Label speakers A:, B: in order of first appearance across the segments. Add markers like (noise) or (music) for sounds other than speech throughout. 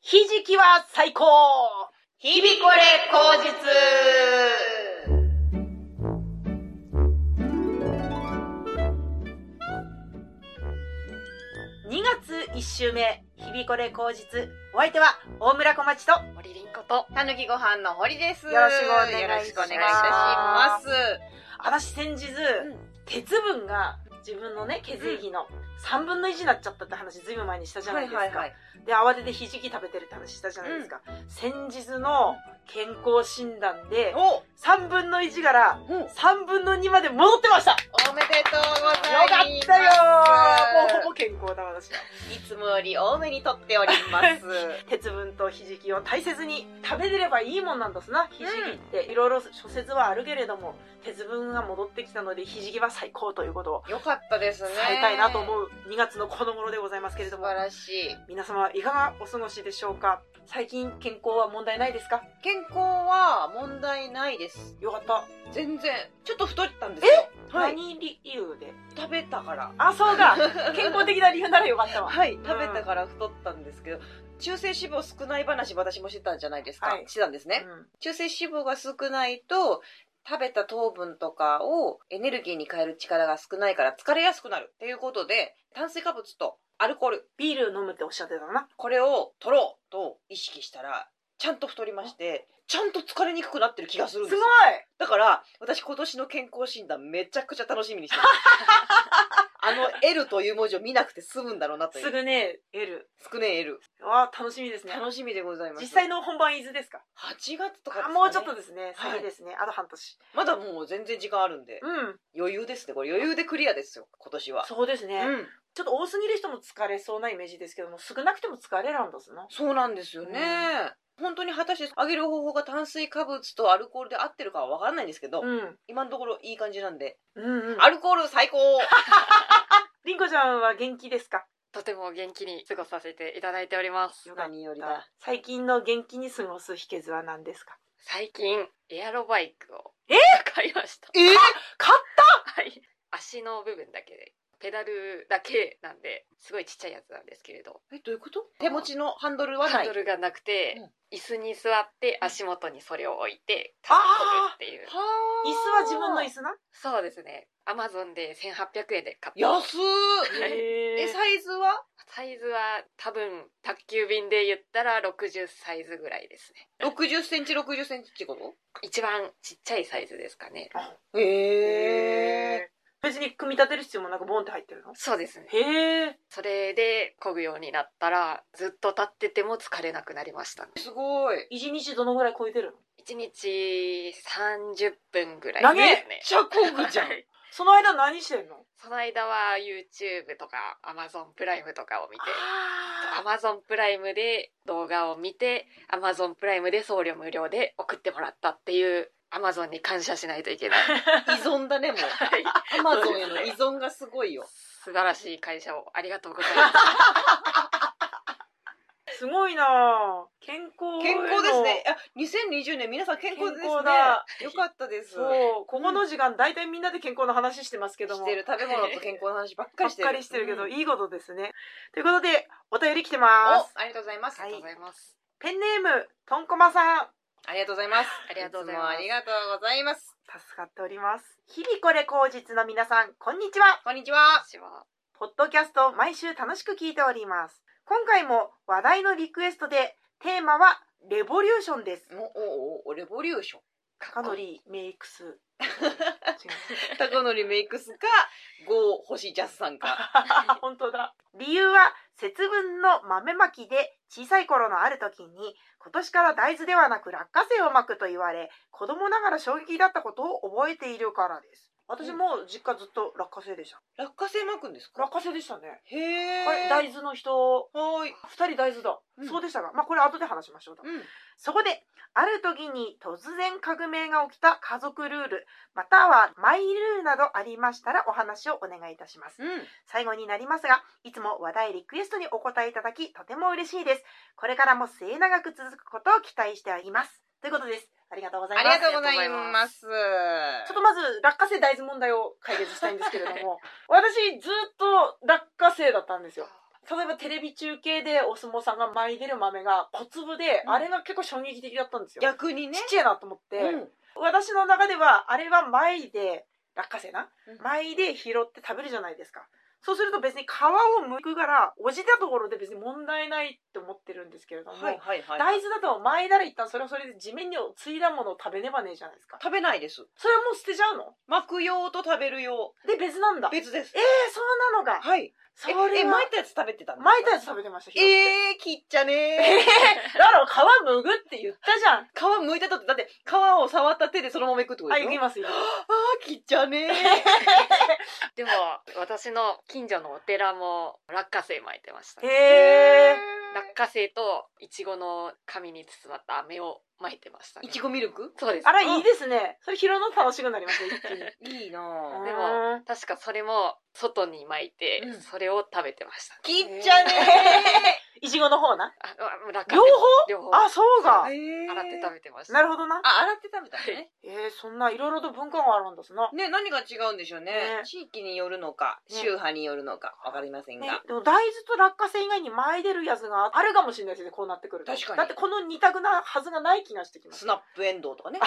A: ひじきは最高
B: 日々これ口実
A: !2 月1週目、日々これ口実。お相手は、大村小町と、よ
B: 森凛子と、たぬきご飯の堀です。
A: よろしくお願いします
B: よろしくお願いいたします。
A: 私先日、鉄分が自分のね、血液の3分の1になっちゃったって話、ずいぶん前にしたじゃないですか。
B: い。
A: で、慌ててひじき食べてるって話したじゃないですか。先日の健康診断で、
B: お
A: 3分の1から
B: おめでとうご
A: 3分の2まで戻ってましたよ
B: ざい
A: か
B: ます。
A: ったよーもうほぼ健康だ私はい
B: つもより多めにとっております。
A: 鉄分とひじきを大切に食べれればいいもんなんですなひじきっていろいろ諸説はあるけれども鉄分が戻ってきたのでひじきは最高ということを
B: (laughs) よかったですね
A: 伝。えたいなと
B: う。
A: 思う2月のこの頃でございますけれど
B: 素
A: も
B: 晴らしい。
A: 皆様いかがお過ごしでしょうか最近健康は問題ないですか
B: 健康は問題ないです。
A: よかった、
B: 全然。ちょっと太ったんですよ。はい。
A: 何理由で
B: 食べたから。
A: あそう
B: (laughs)
A: だ健康的な理由ならよかったわ
B: はい、食べたから太ったんですけど、中性脂肪少ない話私もしてたんじゃないですか、
A: はい
B: してたんですね、中性脂肪が少ないと食べた糖分とかをエネルギーに変える力が少ないから疲れやすくなるっていうことで炭水化物とアルコール
A: ビール飲むっておっしゃってたな
B: これを取ろうと意識したらちゃんと太りましてちゃんと疲れにくくなってる気がするんですよだから私今年の健康診断めちゃくちゃ楽しみにして
A: (laughs)
B: ますあの L という文字を見なくて済むんだろうなとい
A: す
B: う
A: ぐね L
B: 少ねえ L
A: わあ楽しみですね
B: 楽しみでございます
A: 実際の本番伊豆ですか
B: 8月とかですか、
A: あ
B: ね、
A: もうちょっとですね
B: はい
A: 先ですね、あと半年
B: まだもう全然時間あるんで
A: うん
B: 余裕ですねこれ余裕でクリアですよ今年は
A: そうですね、
B: うん、
A: ちょっと多すぎる人も疲れそうなイメージですけども少なくても疲れるんですな
B: そうなんですよね、本当に果たして上げる方法が炭水化物とアルコールで合ってるかは分かんないんですけど、
A: うん
B: 今のところいい感じなんで、
A: うんうん
B: アルコール最高
A: りんこちゃんは元気ですか
C: とても元気に過ごさせていただいております
A: よかっ
B: 何より
A: た
B: だ
A: 最近の元気に過ごす秘訣は何ですか
C: 最近エアロバイクを
A: え
C: 買いました
B: え
A: 買った
C: はい足の部分だけでペダルだけなんですごいちっちゃいやつなんですけれど
B: えどういうこと手持ちのハンドルは
C: ハ
B: な
C: ン
B: い
C: ドルがなくて、
B: うん
C: 椅子に座って足元にそれを置いて立
A: あ
C: ち込むっていう
A: 椅子は自分の椅
B: 子
A: 子な
C: そうですねアマゾンで1800円で買った
B: 安ー
C: はい
A: へ
B: え
A: え
B: サイズは
C: サイズは多分宅急便で言ったら60サイズぐらいですね
B: 60センチ60センチってこ
C: 一番ちっちゃいサイズですかね
B: とへえ
A: 別に組み立てる必要もなくボンって入ってるの
C: そうですね
A: へえ
C: それで漕ぐようになったらずっと立ってても疲れなくなりましたね
B: すごい
A: 一日どのぐらい超えてるの
C: 1日30分ぐら
A: 長
C: い
A: え
C: ですね
B: ちゃこぐじゃん
A: その間何してんの
C: その間は YouTube とか Amazon プライムとかを見て
A: あ
C: Amazon プライムで動画を見て Amazon プライムで送料無料で送ってもらったっていう Amazon に感謝しないといけない、
B: 依存だねも
A: (laughs)
B: う
C: はい
B: アマゾンへの依存がすごいよ。
C: 素晴らしい会社をありがとうございます
A: ーすごいなあ健康へ
B: 健
A: の
B: 康ですね。あ、2020年皆さん健康ですね。
A: 健康だ
B: よかったです。
A: そうここの時間大体みんなで健康の話してますけど
B: し
A: も
B: てる食べ物と健康の話ばっか
A: ば
B: り
A: っ
B: してる。
A: かりしてるけど、
B: うん
A: いいことですねということでお便り来て
B: お、
A: ま
B: あ
A: す
B: りがとうございます。
C: ありがとうございます
A: ペンネームとんこまさん
B: ありがとうございます。
C: ありがとうございま
B: つ
C: す
B: もありがとうございます。
A: 助かっております日々これ口実の皆さんこんにちは
B: こんにちは。
C: 私は
A: ポッドキャストを毎週楽しく聞いております今回も話題のリクエストでテーマはレボリューションです
B: お、お、お、レボリューション。
A: カノリーメイクス
B: (laughs)
A: 違う
B: タコノリメイクスか、ゴー、星ジャスさんか。
A: (laughs) 本当だ理由は節分の豆まきで小さい頃のある時に今年から大豆ではなく落花生をまくと言われ子供ながら衝撃だったことを覚えているからです私も実家ずっと落花生でした
B: 落花生巻くんですか
A: 落花生でしたね
B: へえ。
A: あれ大豆の人
B: はーい。
A: 2人大豆だ、
B: うん
A: そうでしたがまあこれ後で話しましょうと
B: うん。
A: そこである時に突然革命が起きた家族ルールまたはマイルールなどありましたらお話をお願いいたします
B: うん。
A: 最後になりますが、いつも話題リクエストにお答えいただき、とても嬉しいです。これからも末永く続くことを期待しております。ということです。ありがとうござい
B: あ
A: ま
B: り
A: す。
B: がとうございます。
A: ちょっとまず、落花生大
B: (laughs)
A: 豆問題を解決したいんですけれども、私、ずっと落花生だったんですよ。例えばテレビ中継でお相撲さんが舞い出る豆が小粒で、
B: うん
A: あれが結構衝撃的だったんですよ。
B: 逆にね
A: ちっちゃいなと思って、
B: うん
A: 私の中ではあれは舞で落花生な
B: うん
A: 舞で拾って食べるじゃないですか。そうすると別に皮を剥くからおじたところで別に問題ないって思ってるんですけれども、
B: はいはいはい
A: 大豆だと舞なら一旦それはそれで地面についだものを食べねばねえじゃないですか。
B: 食べないです
A: それはもう捨てちゃうの
B: 巻く用と食べる用
A: で別なんだ。えー、
B: 別です
A: そうなのが。
B: はい
A: それ
B: え
A: は
B: え
A: 巻
B: 巻いたやつ食べてたの
A: いたやつ食べてました。拾って
B: えー、切っちゃね
A: だから皮むぐって言ったじゃん。
B: ー皮むいたとってだって皮を触った手でそのままいくってこと
A: あ、
B: でし
A: いき
B: ょ
A: ます、いきます。
B: あー切っちゃね
C: でも私の近所のお寺も落花生巻いてました、
A: へ
B: ー
A: え。
C: 落花生といちごの紙に包まった飴を巻いてました、ね
B: い、ちごミルク
C: そうです
A: あら、いいですね。それ拾うの楽しくなりますね、一気
B: (laughs)
A: に。
B: いいなぁ
C: でも
A: うん、
C: 確かそれも外に巻いて、
B: うん
C: それを食べてました、
B: 切っちゃね
A: (laughs) いちごの方な。
C: あうわ落花生
A: 両方
C: 両方
A: あ、そう
B: ー
A: か。
B: えー
C: 洗って食べてました
A: なるほどな。
B: あ洗って食べたのね
A: えー、そんないろいろと文化があるんですな。
B: ね何が違うんでしょうね
A: ね
B: 地域によるのか
A: ね
B: 宗派によるのかわかりませんが、
A: ね、でも大豆と落花生以外に前出るやつがあるかもしれないですねこうなってくると
B: 確かに
A: だってこの二択なはずがない気がしてきま
B: ス
A: す
B: ナップエンドウと (laughs) かね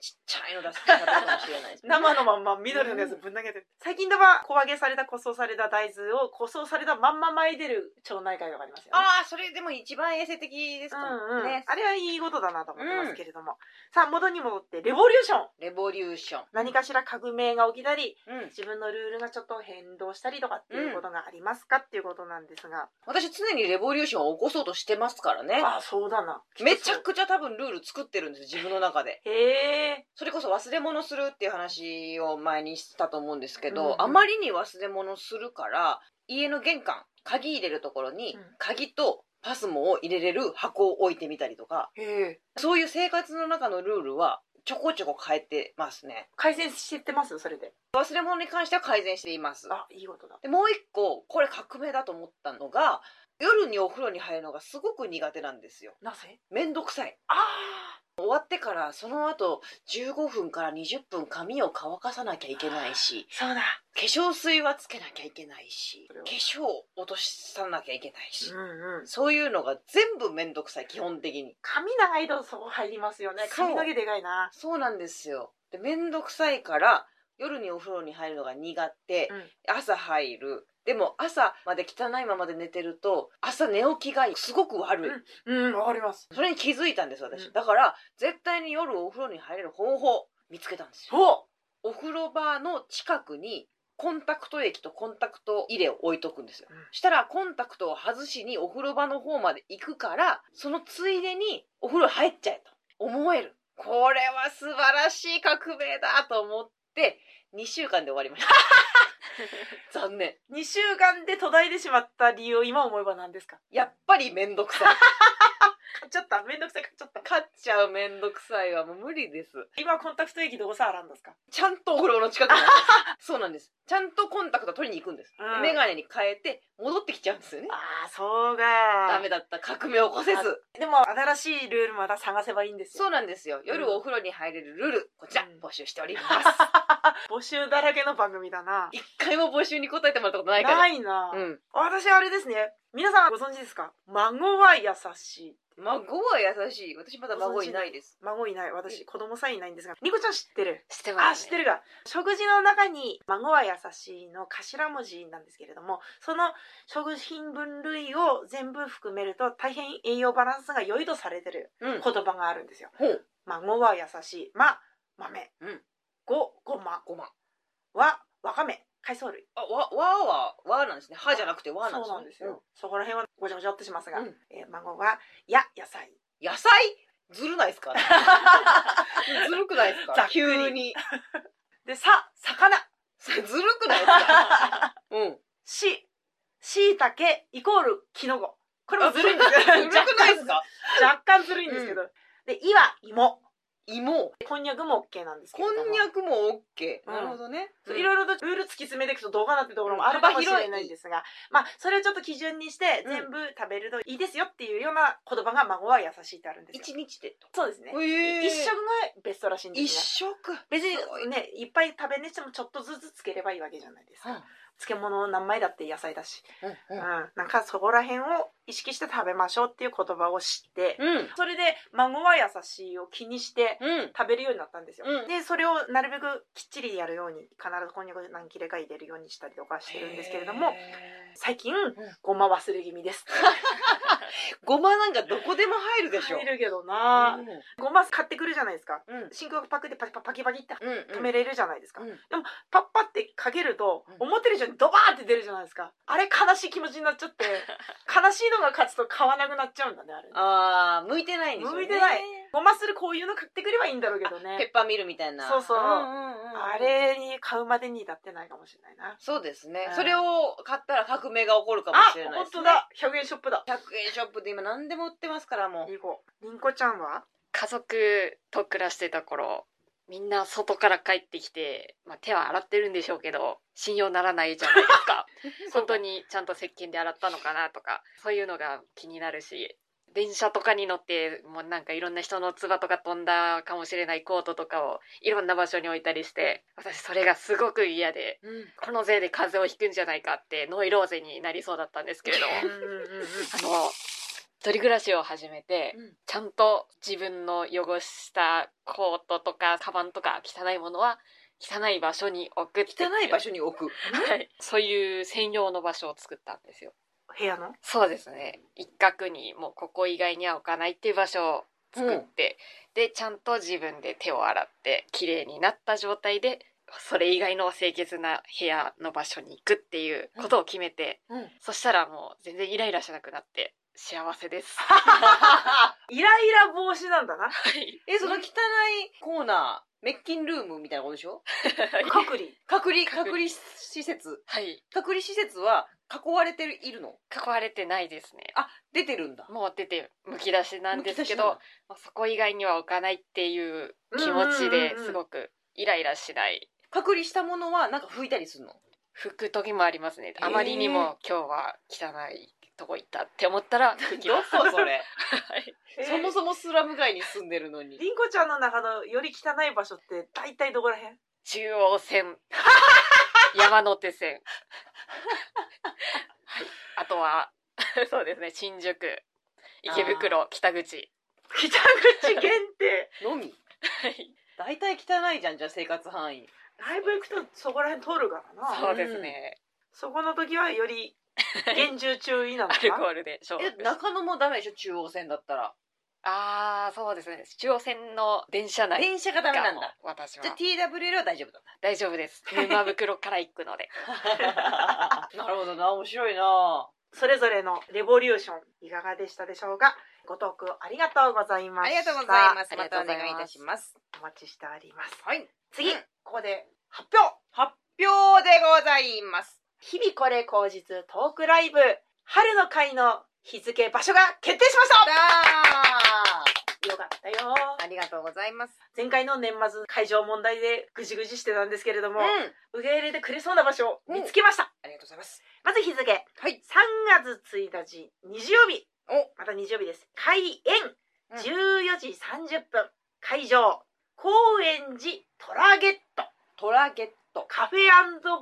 B: ちっちゃいの出すかもしれないですね
A: 生のまんま緑のやつぶん投げてる、最近では小揚げされた個装された大豆を個装されたまんま前出る町内会とかありますよね
B: ああそれでも一番衛生的ですかも
A: うんうん
B: ね
A: あれはいいことだなと思ってますけれども、さあ元に戻ってレボリューション
B: レボリューション
A: 何かしら革命が起きたり
B: うん
A: 自分のルールがちょっと変動したりとかっていうことがありますか、っていうことなんですが
B: 私常にレボリューションを起こそうとしてますからね
A: ああそうだな
B: めちゃくちゃ多分ルール作ってるんです自分の中で
A: へえ
B: それこそ忘れ物するっていう話を前にしたと思うんですけど、
A: うんうん
B: あまりに忘れ物するから家の玄関鍵入れるところに
A: うん
B: 鍵とパスモを入れれる箱を置いてみたりとか
A: へえ
B: そういう生活の中のルールはちょこちょこ変えてますね
A: 改善してってますそれで
B: 忘れ物に関しては改善しています
A: あいいことだ
B: でもう一個これ革命だと思ったのが夜にお風呂に入るのがすごく苦手なんですよ
A: なぜ
B: めんどくさい
A: あ
B: 終わってからその後15分から20分髪を乾かさなきゃいけないし
A: そうだ
B: 化粧水はつけなきゃいけないし
A: それ
B: 化
A: は
B: 粧を落とさなきゃいけないし、
A: うんうん
B: そういうのが全部めんどくさい基本的に
A: 髪長いとそこ入りますよね
B: そう
A: 髪の毛でかいな
B: そうなんですよでめんどくさいから夜にお風呂に入るのが苦手、朝入るでも朝まで汚いままで寝てると朝寝起きがすごく悪い、
A: うんわかります
B: それに気づいたんです私、
A: うん
B: だから絶対に夜お風呂に入れる方法見つけたんですよ
A: お
B: お風呂場の近くにコンタクト液とコンタクト入れを置いとくんですよ、
A: うん
B: したらコンタクトを外しにお風呂場の方まで行くからそのついでにお風呂入っちゃえと思えるこれは素晴らしい革命だと思って2週間で終わりました
A: (laughs)
B: 残念
A: 2週間で途絶えてしまった理由を今思えば何ですか
B: やっぱりめんどくさい
A: 買っちゃっためんどくさい買っちゃった
B: 勝っちゃうめんどくさいはもう無理です
A: 今コンタクト液どうせ洗うんですか
B: ちゃんとお風呂の近くにあります (laughs) そうなんですちゃんとコンタクト取りに行くんです、で
A: うん
B: メガネに変えて戻ってきちゃうんですよね
A: ああそうが
B: ダメだった革命を起こせず
A: でも新しいルールまた探せばいいんですよ
B: そうなんですよ夜お風呂に入れるルールこちら
A: うん
B: 募集しており (laughs) ます
A: (laughs) 募集だらけの番組だな
B: 一回も募集に答えてもらったことないから
A: ないな、
B: うん
A: 私あれですね皆さんご存知ですか孫は優しい
B: 孫は優しい私まだ孫いないです
A: 孫いない私子供さえいないんですがニコちゃん知ってる
C: 知って
A: あ
C: ま
A: 知
C: す、
A: って
C: ね、
A: るが食事の中に「孫は優しい」の頭文字なんですけれどもその食品分類を全部含めると大変栄養バランスが良いとされてる
B: うん
A: 言葉があるんですよ。
B: ほう
A: 孫は優しい「ま」豆
B: うん
A: 「ご」ごま
B: ごまん
A: 「わ」わかめ海藻類
B: あわわはわなんですね歯じゃなくてわなんですね
A: そうなんですよ、そこら辺はごちゃごちゃっとしますが、
B: うん
A: えー孫は「や」野菜
B: 野菜ずるないですか (laughs) ずるくないです
A: ざっ
B: か
A: くり
B: 急に
A: で「さ」魚 (laughs)
B: それずるくないです (laughs) かうん
A: 「し」しいたけイコールきのここれもずるいんです
B: (laughs) ずる
A: よ
B: くないですか
A: 若干ずるいんですけど、で「い」は芋
B: 芋
A: こんにゃくも OK なんですけ
B: こ
A: れども
B: んにゃくも OK
A: うん
B: なるほどね
A: そういろいろとルール突き詰めていくとどうかなってところもある
B: 幅
A: かもし
B: 広い
A: れないんですが、まあ、それをちょっと基準にして
B: うん
A: 全部食べるといいですよっていうような言葉が孫は優しいってあるんです
B: 一
A: よ。
B: 日でと
A: そうですね。
B: えー
A: 一食がベストらしいんで
B: 一
A: すね。
B: 食
A: 別
B: すごい
A: にね、いっぱい食べねしてもちょっとずつつければいいわけじゃないですか。漬物の何枚だって野菜だし、う
B: う
A: んん、なんかそこら辺を意識して食べましょうっていう言葉を知って、
B: うん
A: それで孫は優しいを気にして
B: うん
A: 食べるようになったんですよ、
B: うん
A: でそれをなるべくきっちりやるように必ずこんにゃく何切れか入れるようにしたりとかしてるんですけれども
B: へー
A: 最近ごま忘れ気味です
B: ごまなんかどこでも入るでしょ
A: 入るけどな、
B: うん
A: ごま買ってくるじゃないですか
B: うん
A: 真空パックでパキパキパキって
B: うん
A: 止めれるじゃないですか、
B: うん
A: パッパってかけると
B: うん
A: 思ってる以上にドバーって出るじゃないですかあれ悲しい気持ちになっちゃって悲しいのが勝つと買わなくなっちゃうんだねあれ
B: ああ向いてないんですよね
A: 向いてないごまするこういうの買ってくればいいんだろうけど
B: ペ
A: ね
B: ッパーミルみたいな
A: そうそうん
B: んうん
A: あれに買うまでに至ってないかもしれないな
B: そうですね、
A: うん
B: それを買ったら革命が起こるかも
A: あ
B: しれない
A: 本
B: です、
A: 当
B: ね、
A: だ100円ショップだ
B: 100円ショップで今何でも売ってますからもう
A: いこうりんこちゃんは
C: 家族と暮らしてた頃みんな外から帰ってきて、まあ、手は洗ってるんでしょうけど信用ならないじゃないですか
A: (laughs)
C: 本当にちゃんと石鹸で洗ったのかなとかそういうのが気になるし電車とかに乗ってもうなんかいろんな人の唾とか飛んだかもしれないコートとかをいろんな場所に置いたりして私それがすごく嫌で
B: うん
C: このせいで風邪をひくんじゃないかってノイローゼになりそうだったんですけれどもあの一人暮らしを始めて、
B: うん
C: ちゃんと自分の汚したコートとかカバンとか汚いものは汚い場所に置くって
B: 汚い場所に
C: (laughs)
B: 置く
C: はいそういう専用の場所を作ったんですよ
A: 部屋の
C: そうですね一角にもうここ以外には置かないっていう場所を作って、でちゃんと自分で手を洗って綺麗になった状態でそれ以外の清潔な部屋の場所に行くっていうことを決めて、
B: うんうん
C: そしたらもう全然イライラしなくなって幸せです。
A: イライラ防止なんだな
C: はい
B: えその汚いコーナー滅菌ルームみたいなことでしょ
A: 隔離
B: 隔離隔
C: 隔離
B: 離施設
C: はい、
B: 隔離施設は囲われてるいるの
C: 囲われてないですね。
B: あ出てるんだ
C: もう出てむき出しなんですけど、
B: むき出し
C: まあそこ以外には置かないっていう気持ち
A: うんうん
C: で
A: うんうん
C: すごくイライラしない
B: 隔離したものはなんか拭いたり
C: (laughs)
B: するの
C: 拭く時もありますね。
B: へー
C: あまりにも今日は汚いとこ行ったって思ったら拭きます。
B: どこそ (laughs) れ
C: はい
B: そも
A: も
B: そもスラム街に住んでるのに
A: りんこちゃんの中のより汚い場所って大体どこらへん
C: 中
B: (laughs)
C: 央線、山手線、はい、あとは (laughs) そうですね新宿、池袋、北口、
A: (laughs) 北口限定
B: のみ
C: はい
B: 大体汚いじゃんじゃあ生活範囲
A: ライブ行くとそこら辺通るからな
C: そうですね。
A: そこの時はより厳重注意なの
C: ア
A: か
C: ルコ
A: な
C: ールで消毒して
B: え中野もダメでしょ中央線だったら
C: ああそうですね中央線の電車内
B: 電車がダ
C: が
B: メなんだ
C: 私は
B: じゃあ TWL は大丈
C: (laughs)
B: 夫だ (laughs)
C: 大丈夫です沼袋から行くので
B: った。なるほどな、面白いな。
A: それぞれのレボリューションいかがでしたでしょうかご投稿ありがとうございま
B: あ
A: し
B: り
A: た
B: がとうございます。
C: あり
B: ま
C: がと
B: た
C: う
B: お
C: ご
B: 願いいた
C: ざいます
B: します。
A: お待ちしております
B: はい。
A: 次
B: うん
A: ここで発表
B: 発表でございます。
A: 日々これ口実トークライブ春の会の日付場所が決定しまし
B: だー
A: たよかったよ
B: ありがとうございます。
A: 前回の年末会場問題でぐじぐじしてたんですけれど
B: う
A: も
B: ん。あ、
A: 受け入れてくれそうな場所を見つけました、
B: りがとうございます。
A: まず日付
B: はい。
A: 3月1日日曜日
B: お
A: また日曜日です開演
B: うん
A: 14時30分、会場高円寺トラゲット
B: トラゲット。
A: カフェ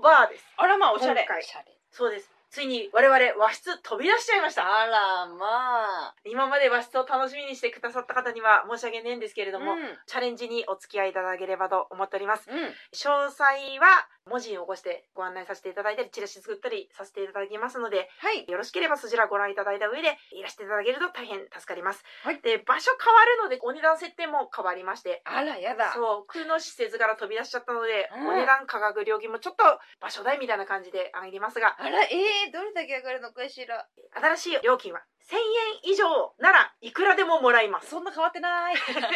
A: バーです
B: あらまあ、おしゃれ
A: 今。回
C: おしゃれ
A: そうですついに我々和室飛び出しちゃいました
B: あらまあ。
A: 今まで和室を楽しみにしてくださった方には申し訳ないんですけれども、
B: うん。
A: チャレンジにお付き合いいただければと思っております
B: うん。
A: 詳細は文字に起こしてご案内させていただいたりチラシ作ったりさせていただきますので
B: はい。
A: よろしければそちらご覧いただいた上でいらしていただけると大変助かります、
B: はい
A: で場所変わるのでお値段設定も変わりまして
B: あら、やだ。
A: そう空の施設から飛び出しちゃったので、
B: うん
A: お値段価格料金もちょっと場所代みたいな感じで上がりますが
B: あら、えー、どれだけ上がるのかしら。
A: 新しい料金は1000円以上ならいくらでももらいます
B: そんな変わって (laughs) ない。ただ
A: た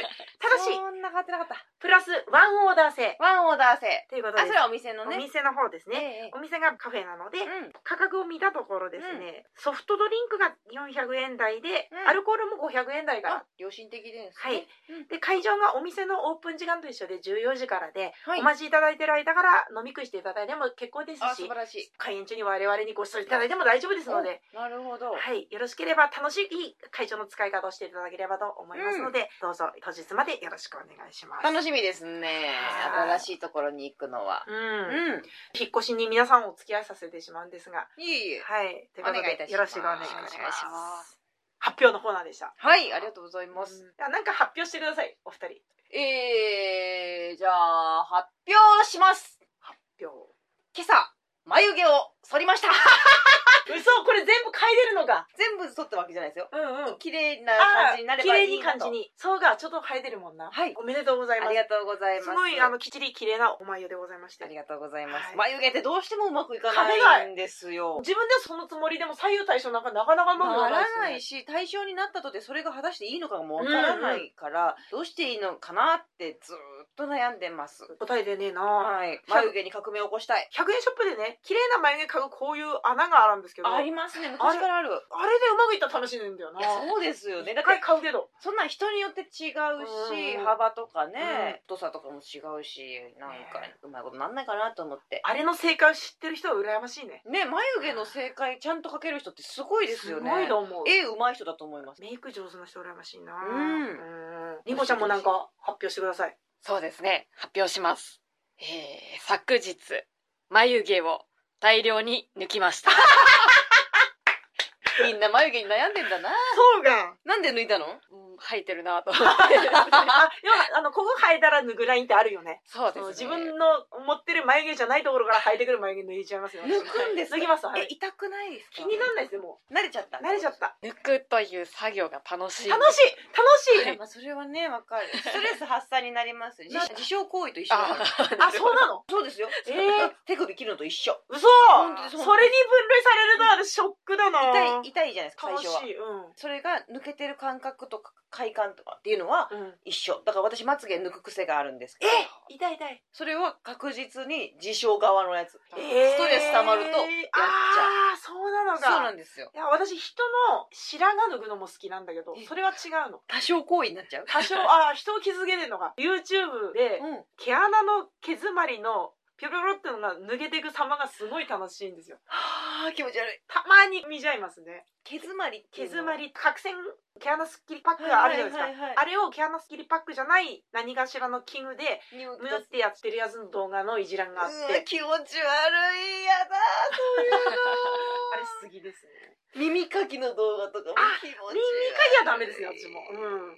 A: だし
B: そんな変わってなかった。
A: プラスワンオーダー制
B: ワンオーダー制。
A: ということ
B: あ、
A: で
B: そ
A: す
B: れはお店の
A: お
B: ね。
A: 店の方ですね、
B: ええ
A: お店がカフェなので、
B: うん。
A: 価格を見たところですね、ソフトドリンクが400円台で、
B: うん
A: アルコールも500円台から
B: あ、良心的です。
A: はい。で会場がお店のオープン時間と一緒で14時からで、
B: はい
A: お。待ちいただいてる間から飲み食いしていただいても結構です
B: あ、素
A: し
B: 晴らしい。
A: 開演中に我々にご馳走いただいても大丈夫ですので、
B: なるほど。
A: はい、よろしければ楽しい会場の使い方をしていただければと思いますので、どうぞ当日まででよろしくお願いします。
B: 楽しみですね
A: はい
B: 新しいところに行くのは
A: うん
B: うん
A: 引っ越しに皆さんお付き合いさせてしまうんですが、
B: いえいえ
A: はい、ということ
B: お願いいた
A: で
B: します
A: よろしくお願いし
C: お願
A: ま
C: い
A: す
C: し。ます。
A: 発表のコーナーでした。
B: はいありがとうございます、
A: あなんか発表してください、お二人。
B: えー、じゃあ発表します
A: 発表。
B: 今朝眉毛を剃りました (laughs)
A: 嘘、これ全部変えてるのが。
B: 全部剃ったわけじゃないですよ
A: うんうん。
B: 綺麗な
A: あ
B: 感じになれ
A: 綺
B: ば
A: 麗
B: いい
A: に
B: な
A: 感
B: と
A: じに。そうがちょっと生えてるもんな。
B: はい
A: おめでとうございま
B: あ
A: す
B: り。がとうございます
A: すごいあのきっちり綺麗なお眉でございまして。
B: ありがとうございます、
A: はい
B: 眉毛ってどうしてもうまくいか
A: 噛めな
B: ないいんですよ
A: 自分ではそのつもりでも左右対称なんかなかなかうまく
B: ならな
A: で
B: い
A: すね
B: し対象になったとてそれが果たしていいのかもわからないから、どうしていいのかなってずーっと悩んでます、
A: 答えてねえな、
B: はい、眉毛に革命を起こしたい
A: 100円ショップでね綺麗な眉毛買うこういう穴があるんですけどあれで
B: ますね昔からある
A: うまくいったら楽しいんだよない
B: やそうですよねだ
A: 一
B: って
A: 回買うけど
B: そんなん人によって違うし、
A: うん
B: 幅とか
A: うん
B: ね、太さとかも違うしなんかうまいことなんないかなと思って
A: あれの正解を知ってる人は羨ましいね
B: ね眉毛の正解ちゃんと描ける人ってすごいですよね
A: すごいと思う
B: 絵うまい人だと思います
A: メイク上手な人羨ましいな
B: うん
A: んりこちゃんもなんか発表してください
C: そうですね。発表します。えー、昨日、眉毛を大量に抜きました。
B: みんな眉毛に悩んでんだな
A: そうが
B: なんで抜いたの
C: うん生えてるなと。
A: あ要はあのここ生えたら脱ぐラインってあるよね
C: そう
A: そう
C: です
A: 自
C: ね。
A: 分の持ってる眉毛じゃないところから生えてくる眉毛抜いちゃいますよ
B: 抜くんですか
A: 脱ぎますはい
B: え痛くないですか
A: 気になんないですよも
B: 慣れちゃった
A: う慣れちゃった
C: 抜くという作業が楽しい。
A: 楽しい楽しい、
B: まあそれはねわかるストレス発散になります自自傷行為と一緒
C: あ
A: あそうなの
B: そうですよ、
A: えー
B: 手首切るのと一緒
A: 嘘
B: 本当です
A: それに分類されるのはショックだな
B: 痛い痛いじゃないですか最
A: 楽し
B: 初はい
A: うん
B: それが抜けてる感覚とか快感とかっていうのは
A: うん、
B: 一緒だから私まつげ抜く癖があるんですけど
A: 痛い痛い
B: それは確実に自傷側のやつ、
A: えー
B: ストレス溜まるとやっちゃ
A: ああーそうなの
B: う
A: か
B: そうなんですよ
A: いや私人の白髪脱ぐのも好きなんだけど
B: え
A: それは違うの
B: 多少行為になっちゃう
A: (laughs) 多少ああ人を傷つけてるのが YouTube で
B: うん
A: 毛穴の毛詰まりのピョロピョロってのが抜けていく様がすごい楽しいんですよ
B: はあ気持ち悪い
A: たまに見ちゃいますね
B: 毛詰まりって
A: 毛
B: いうの
A: 詰まり角栓毛穴すっきりパックがあるじゃないですか、
B: はいはいはい
A: あれを毛穴すっきりパックじゃない何かしらの器具で
B: にう
A: ムーってやってるやつの動画の一覧があって
B: うわ気持ち悪いやだそういう
A: あれ好きですね
B: の (laughs) 耳かきの動画とかも
A: あ
B: 気持ち悪い
A: 耳かきはダメですよ私もう
B: うんわ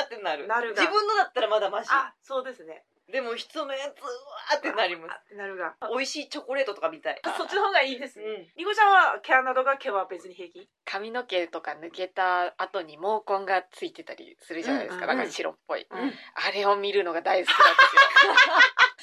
B: ーってなる
A: なるが
B: 自分のだったらまだマシ
A: あそうですね
B: でも人のやつうわーってなります
A: あなるが
B: 美味しいチョコレートとかみたい
A: そっちの方がいいです
B: う
A: ね
B: ん
A: りこちゃんは毛穴とか毛は別に平気
C: (laughs) 髪の毛とか抜けた後に毛根がついてたりするじゃないですか。
A: うんうん
C: なんか白っぽい。
A: うん
C: あれを見るのが大好きなんですよ。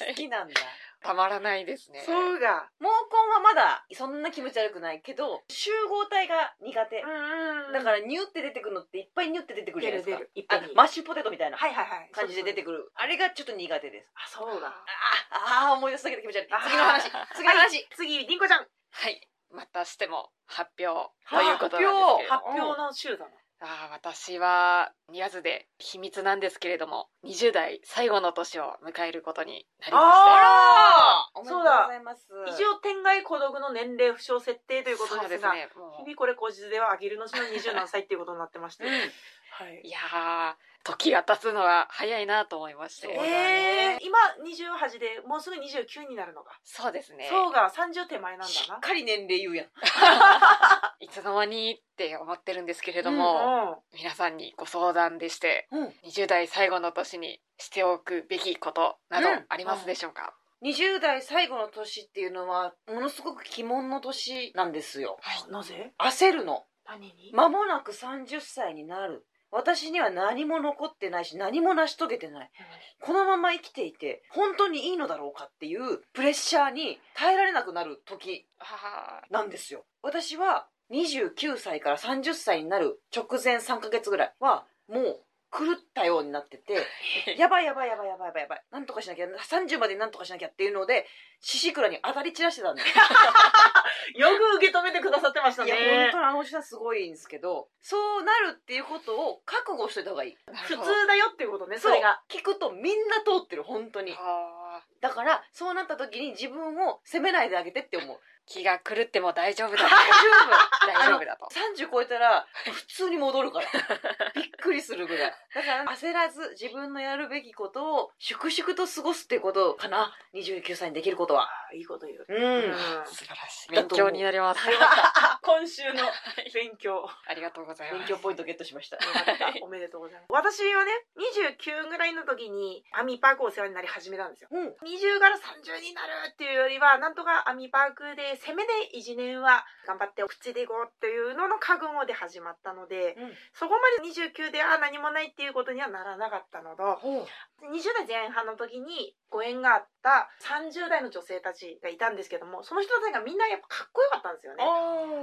B: 好きなんだ
C: たまらないですね。
A: そうが
B: 毛根はまだそんな気持ち悪くないけど集合体が苦手、
A: ん
B: だからニュって出てくるのっていっぱいニュって出てくるじ
A: 出
B: ゃない
A: る
B: です
A: 出
B: か
A: る一
B: あ
A: 本に
B: マッシュポテトみたいな
A: はいはいはい
B: 感じで出て
A: くる
B: くるあれがちょっと苦手です
A: あそうが
B: ああー思い出すだけで気持ち悪い
A: あー
B: 次の話次の話
A: 次りんこちゃん
C: (laughs) はい。またしても発表ということなんですけれども。
A: 発表の週だな
C: あー私はニアズで秘密なんですけれども20代最後の年を迎えることになりました
A: あ
B: おめで
A: そ
B: と
A: うう
B: ご
A: だ
B: ざいます
A: 一応天外孤独の年齢不詳設定ということですが
C: そうですね
A: 日
C: も
A: 々これ口実ではあげるのちの二十何歳っていうことになってまして
B: うん
A: はい
C: いやー時が経つのは早いなと思いまして
B: そうだ
A: え
B: ね
A: ー、今28でもうすぐ29になるのか、
C: そうですね
A: そうが30手前なんだ
B: しっ
A: な
B: かり年齢言うやん
C: いつの間にって思ってるんですけれども、皆さんにご相談でして
B: うん
C: 20代最後の年にしておくべきことなど
B: うん
C: ありますでしょうか、
B: 20代最後の年っていうのはものすごく鬼門の年なんですよ
A: うんなぜ
B: 焦るの
A: 何に、
B: 間もなく30歳になる私には何も残ってないし何も成し遂げてないこのまま生きていて本当にいいのだろうかっていうプレッシャーに耐えられなくなる時
C: あ
B: なんですよ私は29歳から30歳になる直前3ヶ月ぐらいはもう狂ったようになって
A: (laughs)
B: てやばいやばいやばいやばいやばいやばいなんとかしなきゃ30までになんとかしなきゃっていうので獅子倉に当たり散らしてた
A: (laughs)
B: んです
A: よく受け止めてくださってました
B: い
A: ね
B: や本当にあのおじさんすごいんですけどそうなるっていうことを覚悟しといた方がいい
C: ーな
A: 普
C: るほど
A: 通だよっていうことねそれが
B: う聞くとみんな通ってる本当に
C: あー
B: だからそうなった時に自分を責めないであげてって思う
C: 気が狂っても大
A: (laughs)
C: 丈夫だ
B: 大丈夫
C: 大丈夫だと
A: (laughs)
B: 30超えたら普通に戻るからびっくりすするぐらいだから焦らず自分のやるべきことを粛々と過ごすってことかな29歳にできることは
A: あいいこと言う。 (laughs)
B: うん、
A: うん、
C: 素晴らしい。
B: だ
C: 勉
B: と思う
C: 強になります。
A: 今週の勉強。
C: ありがとうございま
B: 勉
C: す。
B: 強ポイントゲットしました
A: よかったおめでとうございます。私はね、29ぐらいの時にアミパークお世話になり始めたんですよ。
B: うん
A: 20から30になるっていうよりは、なんとかアミパークで、せめて1年は頑張ってお口でいこうっていうのの覚悟で始まったので、
B: うん
A: そこまで29で、ああ、何もないっていうことにはならなかったのと、
B: ほう
A: 20代前半の時にご縁があった30代の女性たちがいたんですけども、その人たちがみんなやっぱかっこよかったんですよね。
B: あ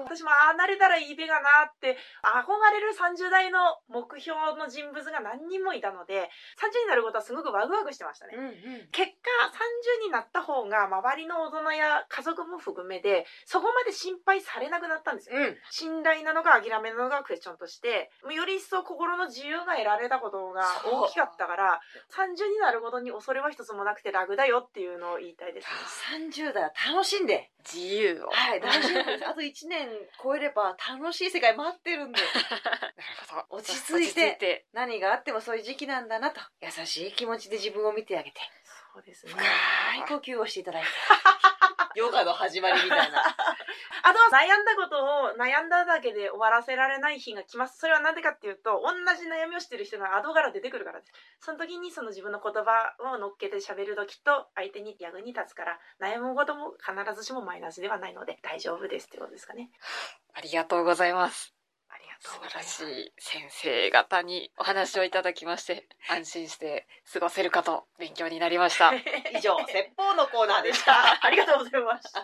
A: 私もああなれたらいいべがなって憧れる30代の目標の人物が何人もいたので30になることはすごくワグワグしてましたね
B: う。んうん
A: 結果30になった方が周りの大人や家族も含めてそこまで心配されなくなったんですよ。
B: うん
A: 信頼なのか諦めなのかクエスチョンとしてもうより一層心の自由が得られたことが
B: そう
A: 大きかったから30になることに恐れは一つもなくて楽だよっていうのを言いたいです。
B: 30代は楽しんで
C: 自由を。
B: はい大丈夫 (laughs) ですあと1年超えれば楽しい世界待ってるん (laughs) で
C: なるほど。
B: 落ち着いて
C: 落ちて
B: 何があってもそういう時期なんだなと優しい気持ちで自分を見てあげて
A: そうですね
B: 深い呼吸をしていただい (laughs) てヨガの始まりみたいな
A: あとは悩んだことを悩んだだけで終わらせられない日が来ます。それはなんでかっていうと、同じ悩みをしてる人が後から出てくるからです。その時にその自分の言葉を乗っけて喋る時と相手に役に立つから、悩むことも必ずしもマイナスではないので大丈夫ですってことですかね。
C: ありがとうございます。
A: ありが
C: 素
A: とうご
C: 晴
A: ざい
C: ら
A: ます。
C: しい先生方にお話をいただきまして、安心して過ごせるかと勉強になりま (laughs) した。
B: 以上説法のコーナーでした
A: (laughs) ありがとうございました。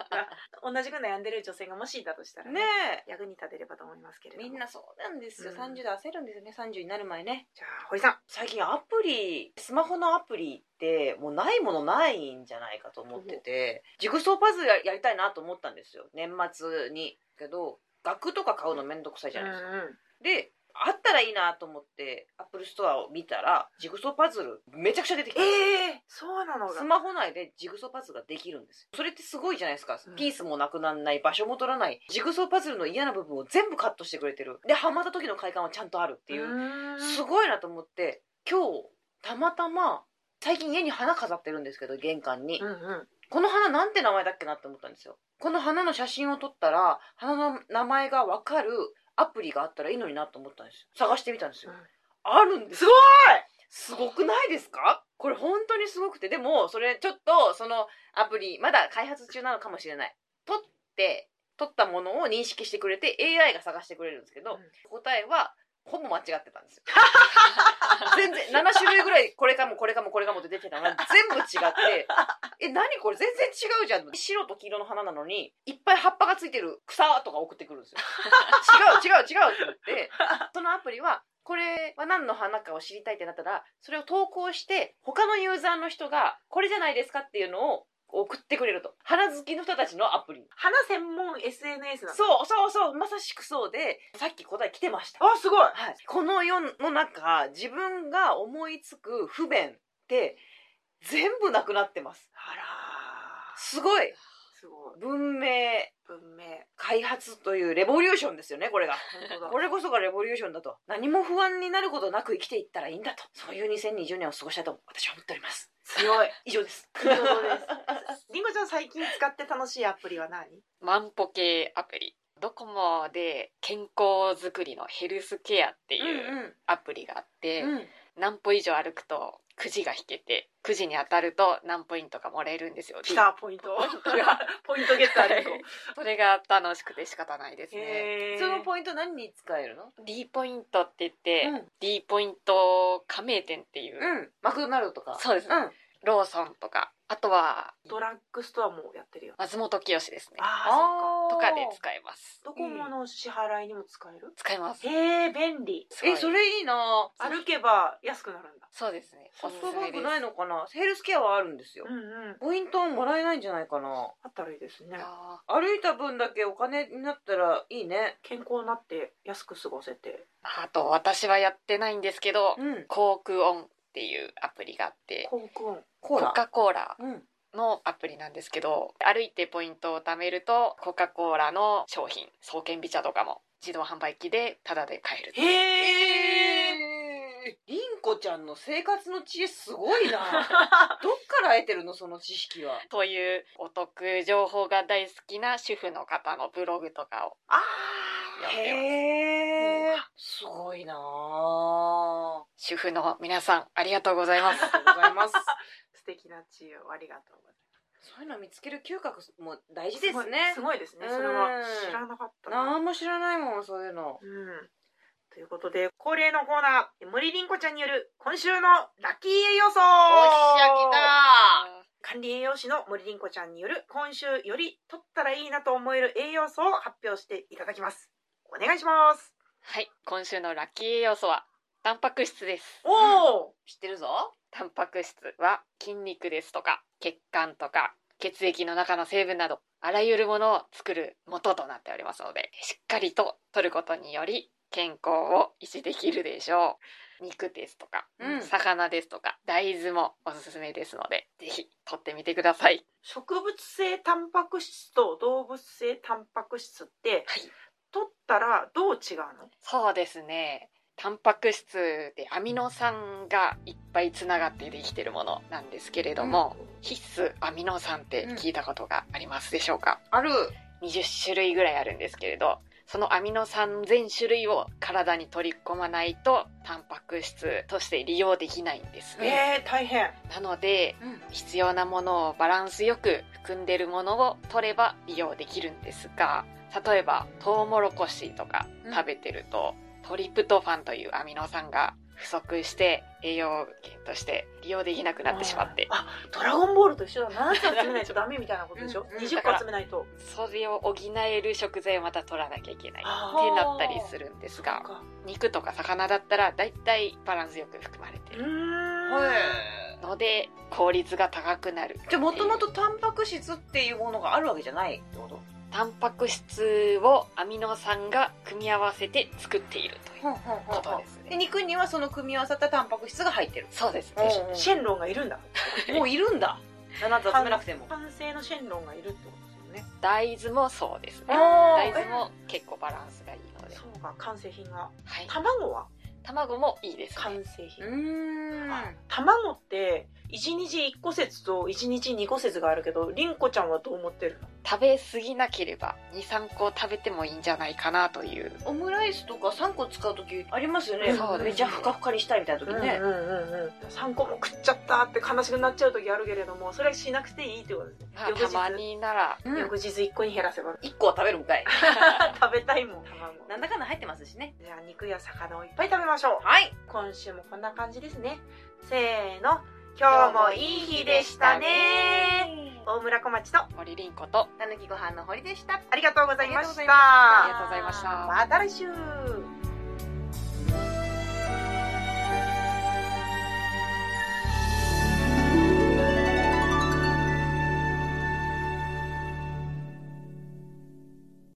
A: 同じく悩んでる女性がもしいたとしたら
B: ね
A: ね、
B: え
A: 役に立てればと思いますけれども。
B: みんなそうなんですよ、
A: うん
B: 30で焦るんですよね30になる前ね
A: じゃあ、堀さん。
B: 最近アプリスマホのアプリってもうないものないんじゃないかと思っててジグソーパズルややりたいなと思ったんですよ年末にけど額とか買うのめんどくさいじゃないですか、であったらいいなと思ってアップルストアを見たらジグソーパズルめちゃくちゃ出てきたんですよ
A: ええそうなのが。
B: スマホ内でジグソーパズルができるんですよそれってすごいじゃないですか
A: うん
B: ピースもなくならない場所も取らないジグソーパズルの嫌な部分を全部カットしてくれてるでハマった時の快感はちゃんとあるっていう、
A: う
B: すごいなと思って今日たまたま最近家に花飾ってるんですけど玄関に、
A: うんうん。
B: この花なんて名前だっけなって思ったんですよこの花の写真を撮ったら花の名前がわかるアプリがあったらいいのになと思ったんですよ探してみたんですよ、
A: うん
B: あるんです
A: すごい
B: すごくないですかこれ本当にすごくてでもそれちょっとそのアプリまだ開発中なのかもしれない撮って撮ったものを認識してくれて AI が探してくれるんですけど、
A: うん
B: 答えはほぼ間違ってたんですよ (laughs) 全然7種類ぐらいこれかもこれかもこれかもって出てたのが全部違ってえ何これ全然違うじゃん白と黄色の花なのにいっぱい葉っぱがついてる草とか送ってくるん (laughs) ですよ違う違う違うって言ってそのアプリはこれは何の花かを知りたいってなったらそれを投稿して他のユーザーの人がこれじゃないですかっていうのを送ってくれると花好きの人たちのアプリ
A: 花専門 SNS なの
B: そうそうそうまさしくそうでさっき答え来てました
A: あすごい
B: はい、この世の中自分が思いつく不便って全部なくなってます
A: あら
B: すごい
A: ーすごい
B: 文明
A: 文明
B: 開発というレボリューションですよねこれが
A: 本当だ
B: これこそがレボリューションだと何も不安になることなく生きていったらいいんだとそういう2020年を過ごしたいと私は思っております
A: 強い
B: 以上です
A: 以上ですりんごちゃん最近使って楽しいアプリは何
C: 万歩計アプリ。ドコモで健康づくりのヘルスケアっていうアプリがあって、
B: うんうんうん
C: 何歩以上歩くとくじが引けて、くじに当たると何ポイントかもらえるんですよ。
A: 来たポイント (laughs) ポイントゲッターりんご
C: それが楽しくて仕方ないですね。
A: へー
B: そのポイント何に使えるの
C: D ポイントって言って、
B: うん
C: D ポイント加盟店っていう、
B: うんマクドナルドとか
C: そうです
B: うん
C: ローソンとか、あとは
A: ドラッグストアもやってるよ
C: 松本清ですね。
A: ああ
B: ー
C: とかで使えます。
A: そっかドコモの支払いにも使える
C: 使えます。
A: へえ便利
C: すごい
B: えそれいいな
C: そう
A: 歩けば安くなるんだ
C: そうですね。
A: そ
C: お
A: う
C: す
B: ソ
C: す
B: フトバ
C: め
B: ンク
C: で
B: ないのかなヘルスケアはあるんですよ、
A: うんうん
B: ポイントはもらえないんじゃないかな
A: あったらいいですね
C: す。あ
B: 歩いた分だけお金になったらいいね
A: 健康になって安く過ごせて
C: ーあと私はやってないんですけど、
B: うん
C: コークオンっていうアプリがあって、
A: 幸福音
B: コ
C: コ
B: ーラ
C: カ・コーラ
B: うん
C: のアプリなんですけど、歩いてポイントを貯めると、コカ・コーラの商品、創建ビ茶とかも自動販売機でタダで買える。
A: へえ
B: 子ちゃんの生活の知恵すごいな
A: (laughs)
B: どっから得てるのその知識は
C: そういうお得情報が大好きな主婦の方のブログとかを
A: あ
C: やってます
B: へえすごいなあ
C: 主婦の皆さんありがとうございます
B: ありがとうございます
A: ー (laughs) 素敵な知恵をありがとうござい
B: そういうの見つける嗅覚も大
A: ま
B: 事
A: す
B: ですね
A: すごいすごいですねそれは
B: うん
A: 知らなかったな
B: なんも知らないもんそういうの
A: うんということで恒例のコーナー森凛子ちゃんによる今週のラッキー栄養素
B: お
A: 管理栄養士の森凛子ちゃんによる今週より取ったらいいなと思える栄養素を発表していただきますお願いします
C: はい今週のラッキー栄養素はタンパク質です
A: おお、
B: 知ってるぞ
C: タンパク質は筋肉ですとか血管とか血液の中の成分などあらゆるものを作る元となっておりますのでしっかりと摂ることにより健康を維持できるでしょう肉ですとか、
B: うん
C: 魚ですとか大豆もおすすめですのでぜひ摂ってみてください
A: 植物性タンパク質と動物性タンパク質って
C: はい
A: 取ったらどう違うの
C: そうですねタンパク質でアミノ酸がいっぱいつながってできてるものなんですけれども、必須アミノ酸って聞いたことがありますでしょうか、
B: ある
C: 20種類ぐらいあるんですけれどそのアミノ酸全種類を体に取り込まないとタンパク質として利用できないんですね、
A: えー、大変
C: なので
B: うん
C: 必要なものをバランスよく含んでるものを取れば利用できるんですが例えばトウモロコシとか
B: うん
C: 食べてると、トリプトファンというアミノ酸が不足して栄養源として利用できなくなってしまって
A: あドラゴンボールと一緒だ7つ集めないとダメみたいなことでしょ、
B: うんうん
A: 20個集めないと
C: それを補える食材をまた取らなきゃいけない
A: あ
C: ってなったりするんですが
A: そっか
C: 肉とか魚だったらだいたいバランスよく含まれて
A: うー
C: る
A: ん
B: はい
C: ので効率が高くなる
B: じゃあもとも
C: と
B: とタンパク質っていうものがあるわけじゃないってこと
C: タンパク質をアミノ酸が組み合わせて作っているという
B: ほんほんほん
C: こと
B: ほ
C: で
B: ん
C: す
B: で
C: ね
B: 肉にはその組み合わさったタンパク質が入ってる
C: そうです
B: うん
C: ね
B: うん
A: シェンロンがいるんだ
B: もういるんだ7つ集めなくても
A: 反性のシェンロンがいるってことですよね
C: 大豆もそうですね
B: あ
C: 大
B: ー
C: 豆も結構バランスがいいので
A: そうか完成品が
C: はい
A: 卵は
C: 卵もいいですね
A: 完成
B: う
A: 品、
B: ーん
A: 卵って1日1個説と1日2個説があるけどりんこちゃんはどう思ってるの
C: 食べ過ぎなければ23個食べてもいいんじゃないかなという
B: オムライスとか3個使う時ありますよね
C: そうですね
B: めっちゃふかふかにしたいみたいな時ね
A: うんうんうんうん、3個も食っちゃったって悲しくなっちゃう時あるけれどもそれはしなくていいってことですね、
C: まあたまになら
B: うん
A: 翌日1個に減らせば (laughs)
B: 1個は食べるんかい
A: 食べたいもん卵
B: なんだかんだ入ってますしね
A: じゃあ肉や魚をいっぱい食べましょう
B: はい
A: 今週もこんな感じですねせーの今日もいい日でしたね大村小町と
C: 森凛子と
B: たぬきご飯の堀でした
A: ありがとうございま
B: ありがとうござ
A: し
B: い
A: た
C: ありがとうございました
A: また来週